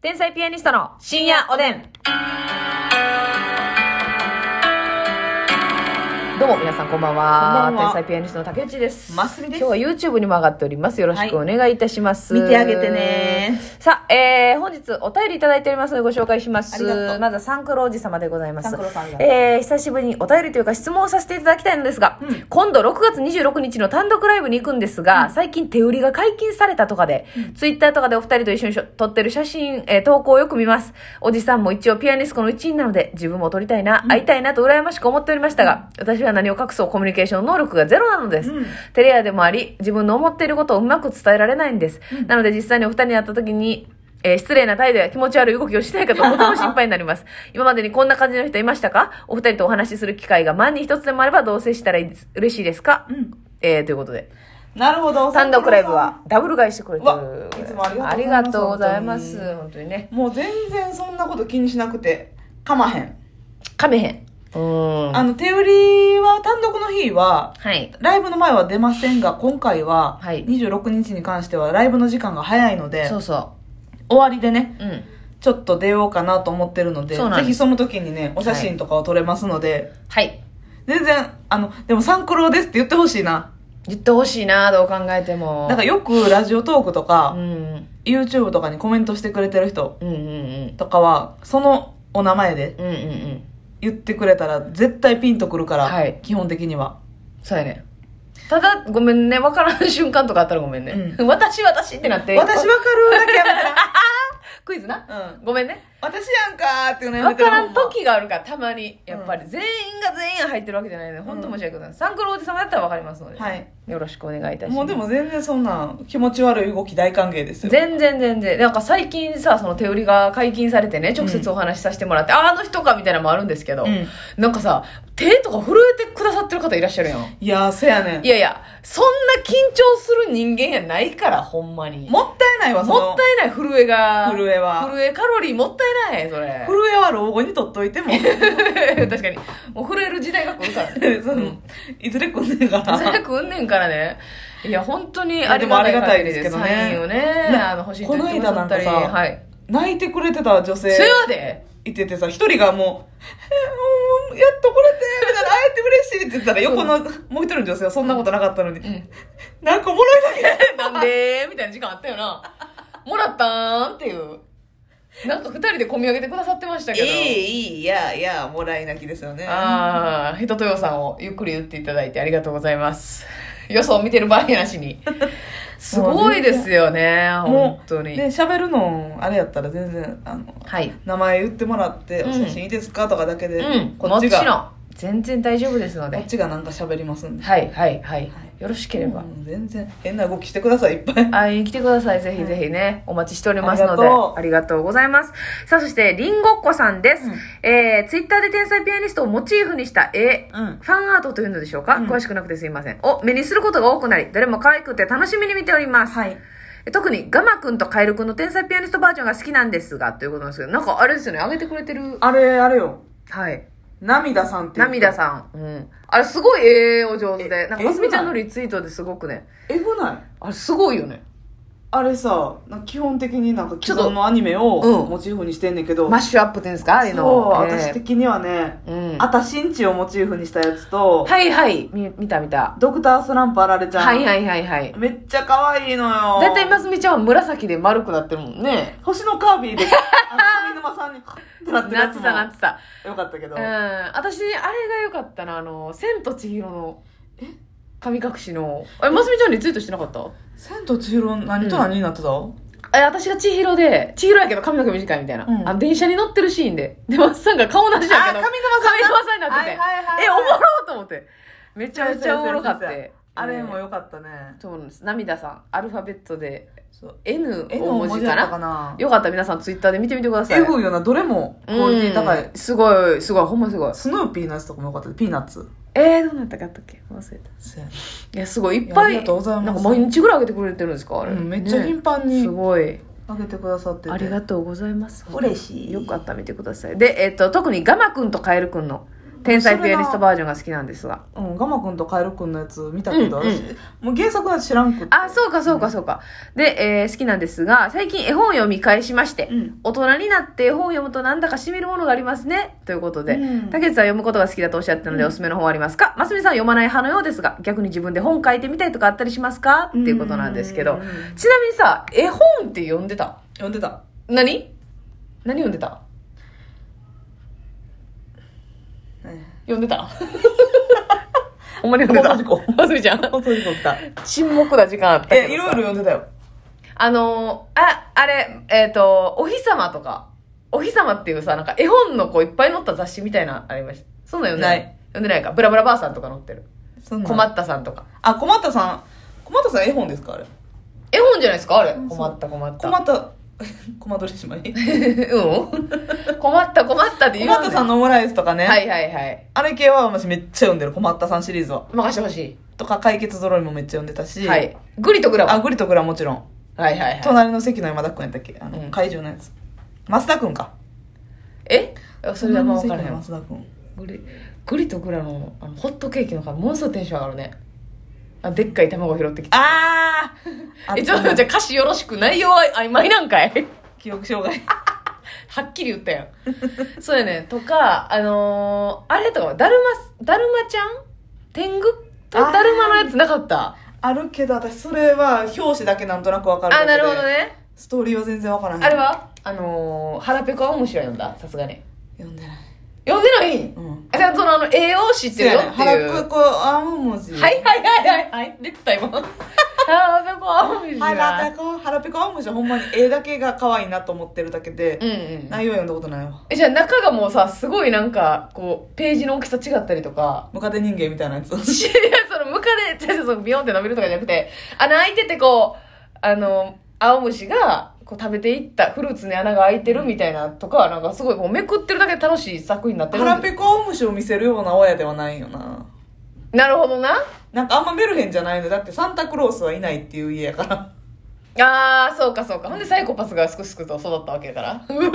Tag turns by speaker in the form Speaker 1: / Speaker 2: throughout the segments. Speaker 1: 天才ピアニストの深夜おでん。どうも皆さんこんばんは。
Speaker 2: こんばん
Speaker 1: 天
Speaker 2: は
Speaker 1: 才ピアニストの竹内です。
Speaker 2: ますみです
Speaker 1: 今日は YouTube にも上がっております。よろしくお願いいたします。
Speaker 2: はい見てあげてね。
Speaker 1: さあ、えー、本日お便りいただいておりますのでご紹介します。
Speaker 2: ありがとう
Speaker 1: まずはサンクロおじ様でございます。
Speaker 2: サンクロさんが
Speaker 1: えー、久しぶりにお便りというか質問をさせていただきたいのですが、
Speaker 2: うん
Speaker 1: 今度6月26日の単独ライブに行くんですが、最近手売りが解禁されたとかで、Twitter とかでお二人と一緒にしょ撮ってる写真、えー投稿をよく見ます。おじさんも一応ピアニスコの一員なので、自分も撮りたいな、会いたいなと羨ましく思っておりましたが、私は何を隠そうコミュニケーション能力がゼロなのです。
Speaker 2: うん
Speaker 1: 照れ屋でもあり、自分の思っていることをうまく伝えられないんです。なので実際にお二人に会った時に、えー失礼な態度や気持ち悪い動きをしないかととても心配になります。今までにこんな感じの人いましたかお二人とお話しする機会が万に一つでもあれば同棲したらいいです嬉しいですか、
Speaker 2: うん
Speaker 1: えーということで。
Speaker 2: なるほど。
Speaker 1: 単独ライブはダブル買いしてくれて
Speaker 2: う
Speaker 1: る
Speaker 2: わ。いつも
Speaker 1: あ
Speaker 2: あ
Speaker 1: り
Speaker 2: り
Speaker 1: が
Speaker 2: が
Speaker 1: と
Speaker 2: と
Speaker 1: う
Speaker 2: う
Speaker 1: ご
Speaker 2: ご
Speaker 1: ざ
Speaker 2: ざ
Speaker 1: い
Speaker 2: い
Speaker 1: ま。
Speaker 2: ますす
Speaker 1: 本当にね。
Speaker 2: もう全然そんなこと気にしなくて、かまへん。
Speaker 1: かめへん。うーん。
Speaker 2: あの、手売りは、単独の日は、
Speaker 1: はい。
Speaker 2: ライブの前は出ませんが、今回は、
Speaker 1: はい
Speaker 2: 26日に関しては、ライブの時間が早いので
Speaker 1: そ、うそ
Speaker 2: 終わりでね、
Speaker 1: う。うん。
Speaker 2: ちょっと出ようかなと思ってるので、
Speaker 1: そうなん
Speaker 2: ぜ
Speaker 1: です
Speaker 2: ひその時にね、お写真とかを撮れますので、
Speaker 1: はい。
Speaker 2: 全然、あの、でも、サンクロですって言ってほしいな。
Speaker 1: 言ってほしいな、どう考えても。
Speaker 2: なんかよくラジオトークと
Speaker 1: う
Speaker 2: か、
Speaker 1: ん。
Speaker 2: YouTube とかにコメントしてくれてる人
Speaker 1: うんうんうん。
Speaker 2: とかは、そのお名前で
Speaker 1: うんうんうん。
Speaker 2: 言ってくれたら絶対ピンとくるから、
Speaker 1: はい
Speaker 2: 基本的には
Speaker 1: そうやね。ただ、ごめんね。わからん瞬間とかあったらごめんね。
Speaker 2: う
Speaker 1: 私、私ってなって。
Speaker 2: 私わかるだけやめてな
Speaker 1: クイズな。
Speaker 2: うん
Speaker 1: ごめんね。
Speaker 2: 私やんかーっていうのや
Speaker 1: わ
Speaker 2: めて
Speaker 1: か
Speaker 2: る
Speaker 1: らん
Speaker 2: ほま
Speaker 1: 時があるから、たまに。やっぱり、全員が全員入ってるわけじゃないので、本当申し訳ございません。サンクロおじ様だったらわかりますので。
Speaker 2: はい
Speaker 1: よろしくお願いいたします。
Speaker 2: もうでも全然そんな気持ち悪い動き大歓迎ですよ
Speaker 1: 全然全然。なんか最近さ、その手売りが解禁されてね、直接お話しさせてもらって、ああの人かみたいなのもあるんですけど、
Speaker 2: うん
Speaker 1: なんかさ、手とか震えてくださってる方いらっしゃるやん。
Speaker 2: いやーせやねん
Speaker 1: いやいや、そんな緊張する人間やないから、ほんまに。
Speaker 2: もったいないわその
Speaker 1: もったいない、震えが。
Speaker 2: 震えは
Speaker 1: 震えカロリーもったいない、それ。
Speaker 2: 震えは老後にとっと いても
Speaker 1: 確かに。もう震える時代が来るからね。
Speaker 2: そのいずれ来んねんから
Speaker 1: 早くうんねんからね。いや、本当に
Speaker 2: や
Speaker 1: あ
Speaker 2: で
Speaker 1: り
Speaker 2: も
Speaker 1: が
Speaker 2: あ
Speaker 1: た
Speaker 2: り
Speaker 1: い
Speaker 2: がたいですけどね
Speaker 1: サインをね、あ
Speaker 2: な
Speaker 1: の、欲しいと言ってくださったり。
Speaker 2: この間なんかさ
Speaker 1: はい。
Speaker 2: 泣いてくれてた女
Speaker 1: そ
Speaker 2: 性
Speaker 1: やで。
Speaker 2: いててさ一人がもう 「えーもうやっと来れて」みたいな「会えて嬉しい」って言ってたら横のもう一人の女性はそんなことなかったのに
Speaker 1: ん
Speaker 2: 「なんかおもろいだけや
Speaker 1: なんでみたいな時間あったよな。もらったーんっていう。なんか二人で込み上げてくださってましたけど。
Speaker 2: いいいやいやもらい泣きですよね
Speaker 1: ああ、ヘトトヨさんをゆっくり打っていただいてありがとうございます。予想を見てる場合やなしに。すごいですよね、
Speaker 2: も
Speaker 1: 本当
Speaker 2: う
Speaker 1: に。
Speaker 2: ね喋るのあれやったら全然あの
Speaker 1: はい。
Speaker 2: 名前言ってもらって「
Speaker 1: うん
Speaker 2: お写真いいですか?」とかだけで、
Speaker 1: うん、
Speaker 2: こ
Speaker 1: も
Speaker 2: っち
Speaker 1: ち
Speaker 2: が
Speaker 1: ろん。全然大丈夫ですの
Speaker 2: こっ
Speaker 1: で。
Speaker 2: ちがなんか喋りますんで、
Speaker 1: はい、はい、はい。よろしければ
Speaker 2: う。ん全然変な動きしてくださいいっぱい
Speaker 1: 会いに来てください。ぜひぜひね、お待ちしておりますので、
Speaker 2: ありがとう
Speaker 1: ありがとうございます。さあ、そして、りんごっこさんです。えー、ツイッターで天才ピアニストをモチーフにした絵、
Speaker 2: うん
Speaker 1: ファンアートというのでしょうか、
Speaker 2: うん
Speaker 1: 詳しくなくてすいません。を目にすることが多くなり、どれも可愛くて楽しみに見ております。
Speaker 2: はい
Speaker 1: 特にガマくんとカエルくんの天才ピアニストバージョンが好きなんですが、ということなんですけど、なんかあれですよね、あげてくれてる。
Speaker 2: あれあれよ
Speaker 1: はい。
Speaker 2: 涙さんっていう人
Speaker 1: 涙さん。うん。あれすごいええお上手で。
Speaker 2: え
Speaker 1: なんか、
Speaker 2: え
Speaker 1: ますみちゃんのリツイートですごくね。
Speaker 2: えぐない
Speaker 1: あれすごいよね。
Speaker 2: あれさなんか基本的になんか
Speaker 1: ちょ
Speaker 2: 既
Speaker 1: っと
Speaker 2: 存のアニメ
Speaker 1: う
Speaker 2: を
Speaker 1: ん
Speaker 2: モチーフにしてんねんけど、
Speaker 1: マッシュアップっていうんですかああいうの。
Speaker 2: そう、
Speaker 1: ええ
Speaker 2: 私的にはね、
Speaker 1: うん
Speaker 2: あたしんちをモチーフにしたやつと、
Speaker 1: はいはい。み見た見た。
Speaker 2: ドクタースランプあられちゃん、
Speaker 1: はいはいはいはい。
Speaker 2: めっちゃ可愛いのよ
Speaker 1: だいたいますみちゃんは紫で丸くなってるもんね。
Speaker 2: 星のカービ ィであの上沼さんにって
Speaker 1: な
Speaker 2: なっ
Speaker 1: ってて
Speaker 2: る
Speaker 1: た
Speaker 2: やつも
Speaker 1: なってた。
Speaker 2: よかったけど、
Speaker 1: うん。私、あれが良かったな。あの、千と千尋の、神隠しの。え、ますみちゃんリツイートしてなかった
Speaker 2: 千と千尋何と何になってた、
Speaker 1: え、私が千尋で、千尋やけど髪の毛短いみたいな。
Speaker 2: うん
Speaker 1: あの電車に乗ってるシーンで。で、マッサンが顔なしやけど。
Speaker 2: あ上沼さん
Speaker 1: 上沼さんになってて。
Speaker 2: はいはいはいはい
Speaker 1: え、おもろうと思って。めちゃめちゃおもろかった。
Speaker 2: あれも
Speaker 1: うん
Speaker 2: よかったね、
Speaker 1: そうなんです。涙さん、アルファベットで、
Speaker 2: そう
Speaker 1: N
Speaker 2: 絵
Speaker 1: 大
Speaker 2: の
Speaker 1: 文
Speaker 2: 文
Speaker 1: 字
Speaker 2: 字だ
Speaker 1: か
Speaker 2: った
Speaker 1: な。
Speaker 2: かな
Speaker 1: よかったら皆さんツイッターで見てみてください。
Speaker 2: えぐいよなどれもクオリティ高い、
Speaker 1: うんすごい、すごい、ほんますごい。
Speaker 2: スヌーピーのやつとかもよかったピーナッツ
Speaker 1: えー、どうなったかあったっけ忘れた。
Speaker 2: せやない
Speaker 1: や、すごい、いっぱい。
Speaker 2: いやありがとうございます
Speaker 1: なんか毎日ぐらい上げてくれてるんですかあれ。
Speaker 2: うんめっちゃ頻繁
Speaker 1: ね
Speaker 2: に
Speaker 1: すごい。
Speaker 2: あげてくださってて
Speaker 1: ありがとうございます。
Speaker 2: 嬉しい
Speaker 1: よかった、見てください。で、えっ、と、特にガマくんとカエルくんの天才ピアニストバージョンが好きなんですが。
Speaker 2: うん、ガマくんとカエルくんのやつ見たけど、
Speaker 1: うんうん
Speaker 2: 私、もう原作は知らんくって。
Speaker 1: あ、そうかそうかそうか。で、えー好きなんですが、最近絵本を読み返しまして、
Speaker 2: うん
Speaker 1: 大人になって絵本を読むとなんだか染みるものがありますね。ということで、
Speaker 2: うん
Speaker 1: 竹内さんは読むことが好きだとおっしゃってたので、
Speaker 2: うん
Speaker 1: おすすめの本はありますかますみさんは読まない派のようですが、逆に自分で本書いてみたいとかあったりしますかっていうことなんですけ
Speaker 2: う
Speaker 1: ど
Speaker 2: ん、
Speaker 1: ちなみにさ、絵本って読んでた
Speaker 2: 読んでた。
Speaker 1: 何何読んでた読んで た ほんまに読んでた
Speaker 2: 放送事故
Speaker 1: ますみちゃん。
Speaker 2: 本当に撮った。
Speaker 1: 沈黙な時間あったけどさ
Speaker 2: え、いろいろ読んでたよ。
Speaker 1: あのーあ、あれ、えっ、と、お日様とか、お日様っていうさ、なんか絵本のこういっぱい載った雑誌みたいなのありました。そんなん読んでない
Speaker 2: ない
Speaker 1: 読んでないか。ブラブラばあさんとか載ってる。
Speaker 2: そんなん
Speaker 1: 困ったさんとか。
Speaker 2: あ、困ったさん。困ったさん絵本ですかあれ。
Speaker 1: 絵本じゃないですかあれ。
Speaker 2: うんそう
Speaker 1: 困った困った。
Speaker 2: 困 った、困どり しまい。困
Speaker 1: うん。困った困ったって言う
Speaker 2: ったさんのオムライスとかね。
Speaker 1: はいはいはい。
Speaker 2: あれ系は私めっちゃ読んでる。困ったさんシリーズは。
Speaker 1: 任してほし
Speaker 2: とか、解決揃いもめっちゃ読んでたし。
Speaker 1: い。はい。グリとグラ
Speaker 2: あ、
Speaker 1: は。
Speaker 2: グリとグラもちろん。
Speaker 1: はいはいはい。
Speaker 2: 隣の席の山田くんやったっけあの、
Speaker 1: うん
Speaker 2: 会場のやつ。増田くんか。
Speaker 1: えそれはあんま分からへ
Speaker 2: 隣
Speaker 1: ん
Speaker 2: の
Speaker 1: わ
Speaker 2: 席の増田くん。
Speaker 1: グリ、グリとグラのあのホットケーキのからものすごいテンション上がるね。あでっかい卵拾ってきて。
Speaker 2: あー
Speaker 1: え、ちょっと待ってじゃあ歌詞よろしく内容は曖昧なんかい
Speaker 2: 記憶障害。
Speaker 1: はっきり言ったやん。そうやね。とか、あのーあれとか、だるま、だるまちゃん天狗と
Speaker 2: あー
Speaker 1: だるまのやつなかった
Speaker 2: あるけど、私それは表紙だけなんとなくわか
Speaker 1: あ
Speaker 2: るだけで。
Speaker 1: なるほど。ね。
Speaker 2: ストーリーは全然わからない。
Speaker 1: あれはあのー、腹ペコは面白い読んださすがに。
Speaker 2: 読んでない。
Speaker 1: 読んでないん
Speaker 2: うん。
Speaker 1: あじゃあ、その、あの、栄養士って
Speaker 2: そう
Speaker 1: るよ
Speaker 2: やね。
Speaker 1: っていう。
Speaker 2: 腹ペコアモ文字。
Speaker 1: はい。はいはいはいはい。出てた今。 腹ペコは面白
Speaker 2: 腹
Speaker 1: い。
Speaker 2: ペコ、腹ペコアモ文字はほんまに絵だけが可愛いなと思ってるだけで、
Speaker 1: うんうん。
Speaker 2: 内容は読んだことないわ。
Speaker 1: えじゃあ中がもうさすごいなんかこうページの大きさ違ったりとか
Speaker 2: ムカデ人間みた いなやつ。
Speaker 1: いやそのムカデじゃあそのビヨンって伸びるとかじゃなくて穴開いててこうあの青虫がこう食べていったフルーツに穴が開いてるみたいなとかなんかすごいこうめくってるだけで楽しい作品になってる
Speaker 2: 腹ペコアモ文を見せるような親ではないよな。
Speaker 1: なるほどな
Speaker 2: なんかあんまメルヘンじゃないの。だってサンタクロースはいないっていう家やから。
Speaker 1: あーそうかそうかほんでサイコパスがすくすくと育ったわけだから うわ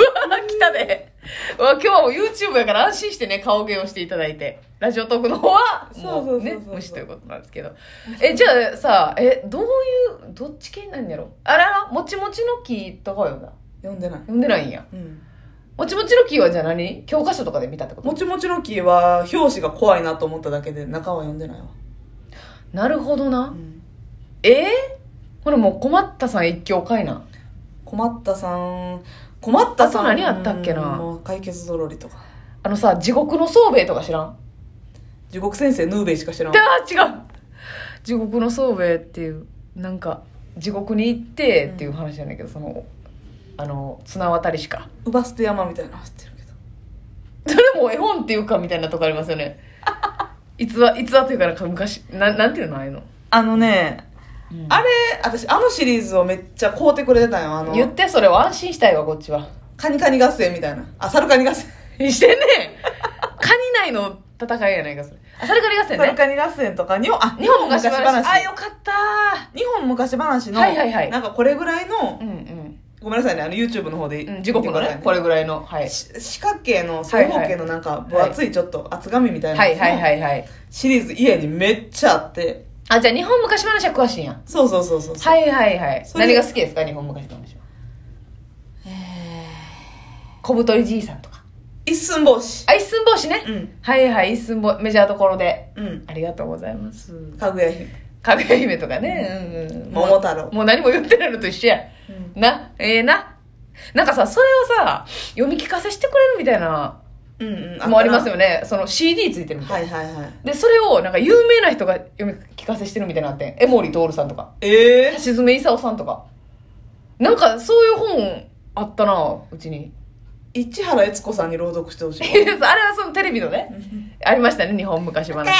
Speaker 1: 来たでうわ今日はもう YouTube やから安心してね顔芸をしていただいてラジオトークの方はもうね
Speaker 2: そうそうそうそう
Speaker 1: 無視ということなんですけどえじゃあさえどういうどっち系なんやろあらもちもちの木とかは読んだ
Speaker 2: 読んでない。
Speaker 1: 読んでないんや
Speaker 2: うん。
Speaker 1: もちもちの木はじゃあ何教科書とかで見たってこと
Speaker 2: もちもちの木は表紙が怖いなと思っただけで中は読んでないわ。
Speaker 1: なるほど
Speaker 2: う
Speaker 1: なんえー、ほらもう困ったさん一強かいな
Speaker 2: 困ったさん困ったさん
Speaker 1: あと何やったっけな
Speaker 2: もう解決ぞろりとか
Speaker 1: あのさ地獄の宗兵衛とか知らん
Speaker 2: 地獄先生ヌーベイしか知らん
Speaker 1: あ違う地獄の宗兵衛っていうなんか地獄に行ってっていう話なんだけど、そのあの綱渡りしか
Speaker 2: ウバステ山みたいなの走ってるけど
Speaker 1: それも絵本っていうかみたいなとこありますよ ね逸話逸話というかなんか昔ななんていうのああいうの、
Speaker 2: あのねあ
Speaker 1: あ
Speaker 2: れ私あのシリーズをめっちゃ買うてくれてたんよあ
Speaker 1: 言っ
Speaker 2: の
Speaker 1: てそれは安心したいわこっちは
Speaker 2: カニカニ合戦みたいなあサルカニ合戦
Speaker 1: して ねカニ内の戦いやないかそれあサルカリ合戦
Speaker 2: サル
Speaker 1: ね
Speaker 2: カニ合戦とかにあ
Speaker 1: 日本昔話あよ
Speaker 2: 話
Speaker 1: かった
Speaker 2: 日本昔話の、
Speaker 1: はいはいはい
Speaker 2: なんかこれぐらいの
Speaker 1: ーうんう
Speaker 2: ごめんなさいねあの YouTube の方で、
Speaker 1: んうん地獄の
Speaker 2: 見てください
Speaker 1: ねこれぐらいのはい
Speaker 2: し四角形の正方形のなんか分厚いちょっと厚紙みたいな
Speaker 1: はいはいはいいはい
Speaker 2: シリーズ家にめっちゃあって
Speaker 1: あじゃあ日本昔話は詳しいんや
Speaker 2: そうそうそうそうそう
Speaker 1: はいはいはい。
Speaker 2: それ
Speaker 1: 何が好きですか日本昔の話は。小太りじいさんとか。
Speaker 2: 一寸法師。
Speaker 1: あ、一寸法師ね。
Speaker 2: うん。
Speaker 1: はいはい、一寸法、メジャーどころで。
Speaker 2: うん。
Speaker 1: ありがとうございます。
Speaker 2: かぐや姫。
Speaker 1: かぐや姫とかね。うんうん。
Speaker 2: 桃太郎
Speaker 1: もう何も言ってないのと一緒や。な、ええな。なんかさ、それをさ、読み聞かせしてくれるみたいな、
Speaker 2: うんうん。
Speaker 1: もあります
Speaker 2: よ。
Speaker 1: よね。その CD ついてるみた
Speaker 2: はいい
Speaker 1: な。
Speaker 2: はいはい。
Speaker 1: で、それをなんか有名な人が読み聞かせしてるみたいなのあって、江森徹さんとか。
Speaker 2: ええ
Speaker 1: 橋爪功さんとかなんかそういう本あったなうちに
Speaker 2: 市原悦子さんに朗読してほしい
Speaker 1: あ。れはそのテレビのねありましたね日本昔話
Speaker 2: 昔昔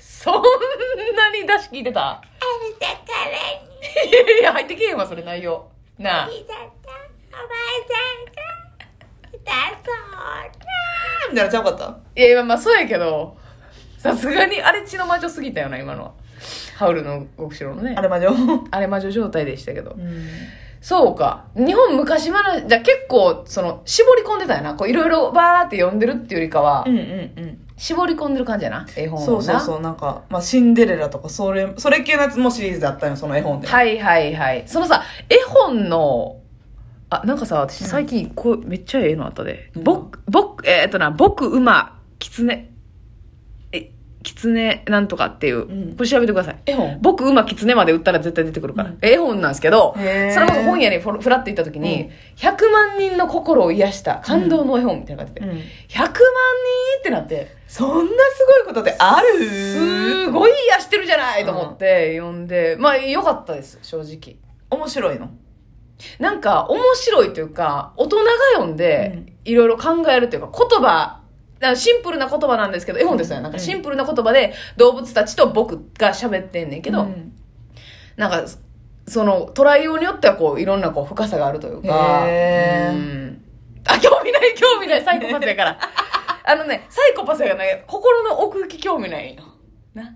Speaker 1: そんなに出し聞いてた
Speaker 2: あなたからに
Speaker 1: いやいや入ってけえへんわそれ内容なあ
Speaker 2: いたおばあちゃんがいたそうみたいなちゃうかった
Speaker 1: いやいやまあそうやけどさすがにあれ血の魔女すぎたよな今のはハウルの極主郎のね
Speaker 2: あれまでよ。
Speaker 1: あれ魔女状態でしたけど
Speaker 2: うん。
Speaker 1: そうか。日本昔話、じゃあ結構、その、絞り込んでたよな。こう、いろいろバーって読んでるっていうよりかは、
Speaker 2: うんうん
Speaker 1: 絞り込んでる感じやな、絵
Speaker 2: う
Speaker 1: 本
Speaker 2: ん。
Speaker 1: をな。
Speaker 2: そうそうそう。なんか、まあ、シンデレラとか、それ、それ系のやつもシリーズだったよ、その絵本で。
Speaker 1: はいはいはい。そのさ、絵本の、あ、なんかさ、私最近、こう、めっちゃええのあったで。
Speaker 2: うん
Speaker 1: 僕、僕、えーっとな、僕、馬、狐、え、狐なんとかっていう、
Speaker 2: うん
Speaker 1: これ調べてください。
Speaker 2: 絵本
Speaker 1: 僕、馬、狐まで売ったら絶対出てくるから。
Speaker 2: うん
Speaker 1: 絵本なんですけど、そ
Speaker 2: へー
Speaker 1: れこそ本屋にふらふらって行った時に、100万人の心を癒した感動の絵本みたいなのがあってて、
Speaker 2: うん。
Speaker 1: 100万人ってなって、
Speaker 2: そんなすごいことってある
Speaker 1: すごい癒してるじゃないと思って読んで、まあ良かったです、正直。
Speaker 2: 面白いの。
Speaker 1: なんか面白いというか、大人が読んで、いろいろ考えるというか、言葉、あシンプルな言葉なんですけど、絵本ですよね。なんかシンプルな言葉で動物たちと僕が喋ってんねんけど、
Speaker 2: うん
Speaker 1: なんか、その、捉えようによってはこう、いろんなこう、深さがあるというか、
Speaker 2: へー
Speaker 1: うんあ、興味ない、興味ない、サイコパスやから。 あのね、サイコパスやからね、心の奥行き興味ないよ。な。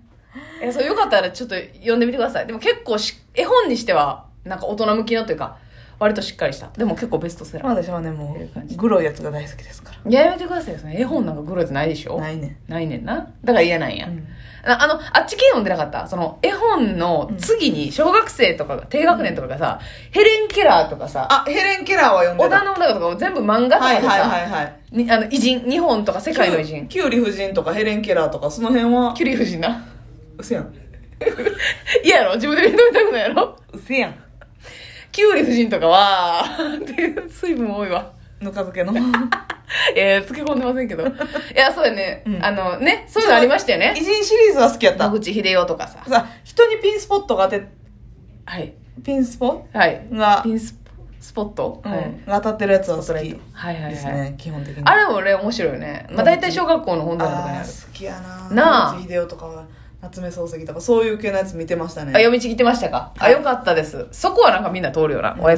Speaker 1: え、そう、よかったらちょっと読んでみてください。でも結構し、絵本にしては、なんか大人向きのというか、割としっかりした。でも結構ベストセラー。
Speaker 2: 私はね、も
Speaker 1: っていう感
Speaker 2: う、
Speaker 1: じ
Speaker 2: グロいやつが大好きですから。
Speaker 1: いや、やめてくださいよ。その絵本なんかグロいやつないでしょ
Speaker 2: ないね。
Speaker 1: ないねんな。だから嫌なんや。
Speaker 2: うん
Speaker 1: ああの、あっち系読んでなかったその、絵本の次に、小学生とかが、低学年とかがさ、ヘレン・ケラーとかさ、
Speaker 2: あ、ヘレン・ケラーは読んで
Speaker 1: 織田
Speaker 2: た。
Speaker 1: 信長とかを全部漫画とか
Speaker 2: は
Speaker 1: で
Speaker 2: い
Speaker 1: さ、
Speaker 2: はいはいはい。
Speaker 1: にあの、偉人、日本とか世界の偉人。
Speaker 2: キュウリ夫人とかヘレン・ケラーとか、その辺は、
Speaker 1: キュリー夫人な。
Speaker 2: うせやん。
Speaker 1: いやろ自分で認めたくないやろ
Speaker 2: うせやん。
Speaker 1: キュリー夫人とかは、っていう水分多いわ。
Speaker 2: ぬか漬 けの。
Speaker 1: えー、漬け込んでませんけど。いや、そうやね。
Speaker 2: うん
Speaker 1: あの、ね、そういうのありましたよ ね。
Speaker 2: 偉人シリーズは好きやっ
Speaker 1: 野
Speaker 2: た。
Speaker 1: 口英世とかさ。
Speaker 2: さ、人にピンスポットが当て、
Speaker 1: はい。
Speaker 2: ピンスポ
Speaker 1: はい。
Speaker 2: が
Speaker 1: ピ、ンスポスポット、
Speaker 2: うん
Speaker 1: はい。
Speaker 2: が当たってるやつは好き
Speaker 1: はい
Speaker 2: で
Speaker 1: はいはい。
Speaker 2: すね、基本的に。
Speaker 1: あれもね、面白いよね。まあ、大体小学校の本
Speaker 2: あ
Speaker 1: 棚とかにあ
Speaker 2: ー
Speaker 1: る。
Speaker 2: 好きやな
Speaker 1: なあ
Speaker 2: 夏秀夫とかは夏目漱石とかそういう系のやつ見てました
Speaker 1: あ、
Speaker 2: ね
Speaker 1: 読みちぎってましたかあ、よかったです。そこはなんかみんな通るよな。おやつ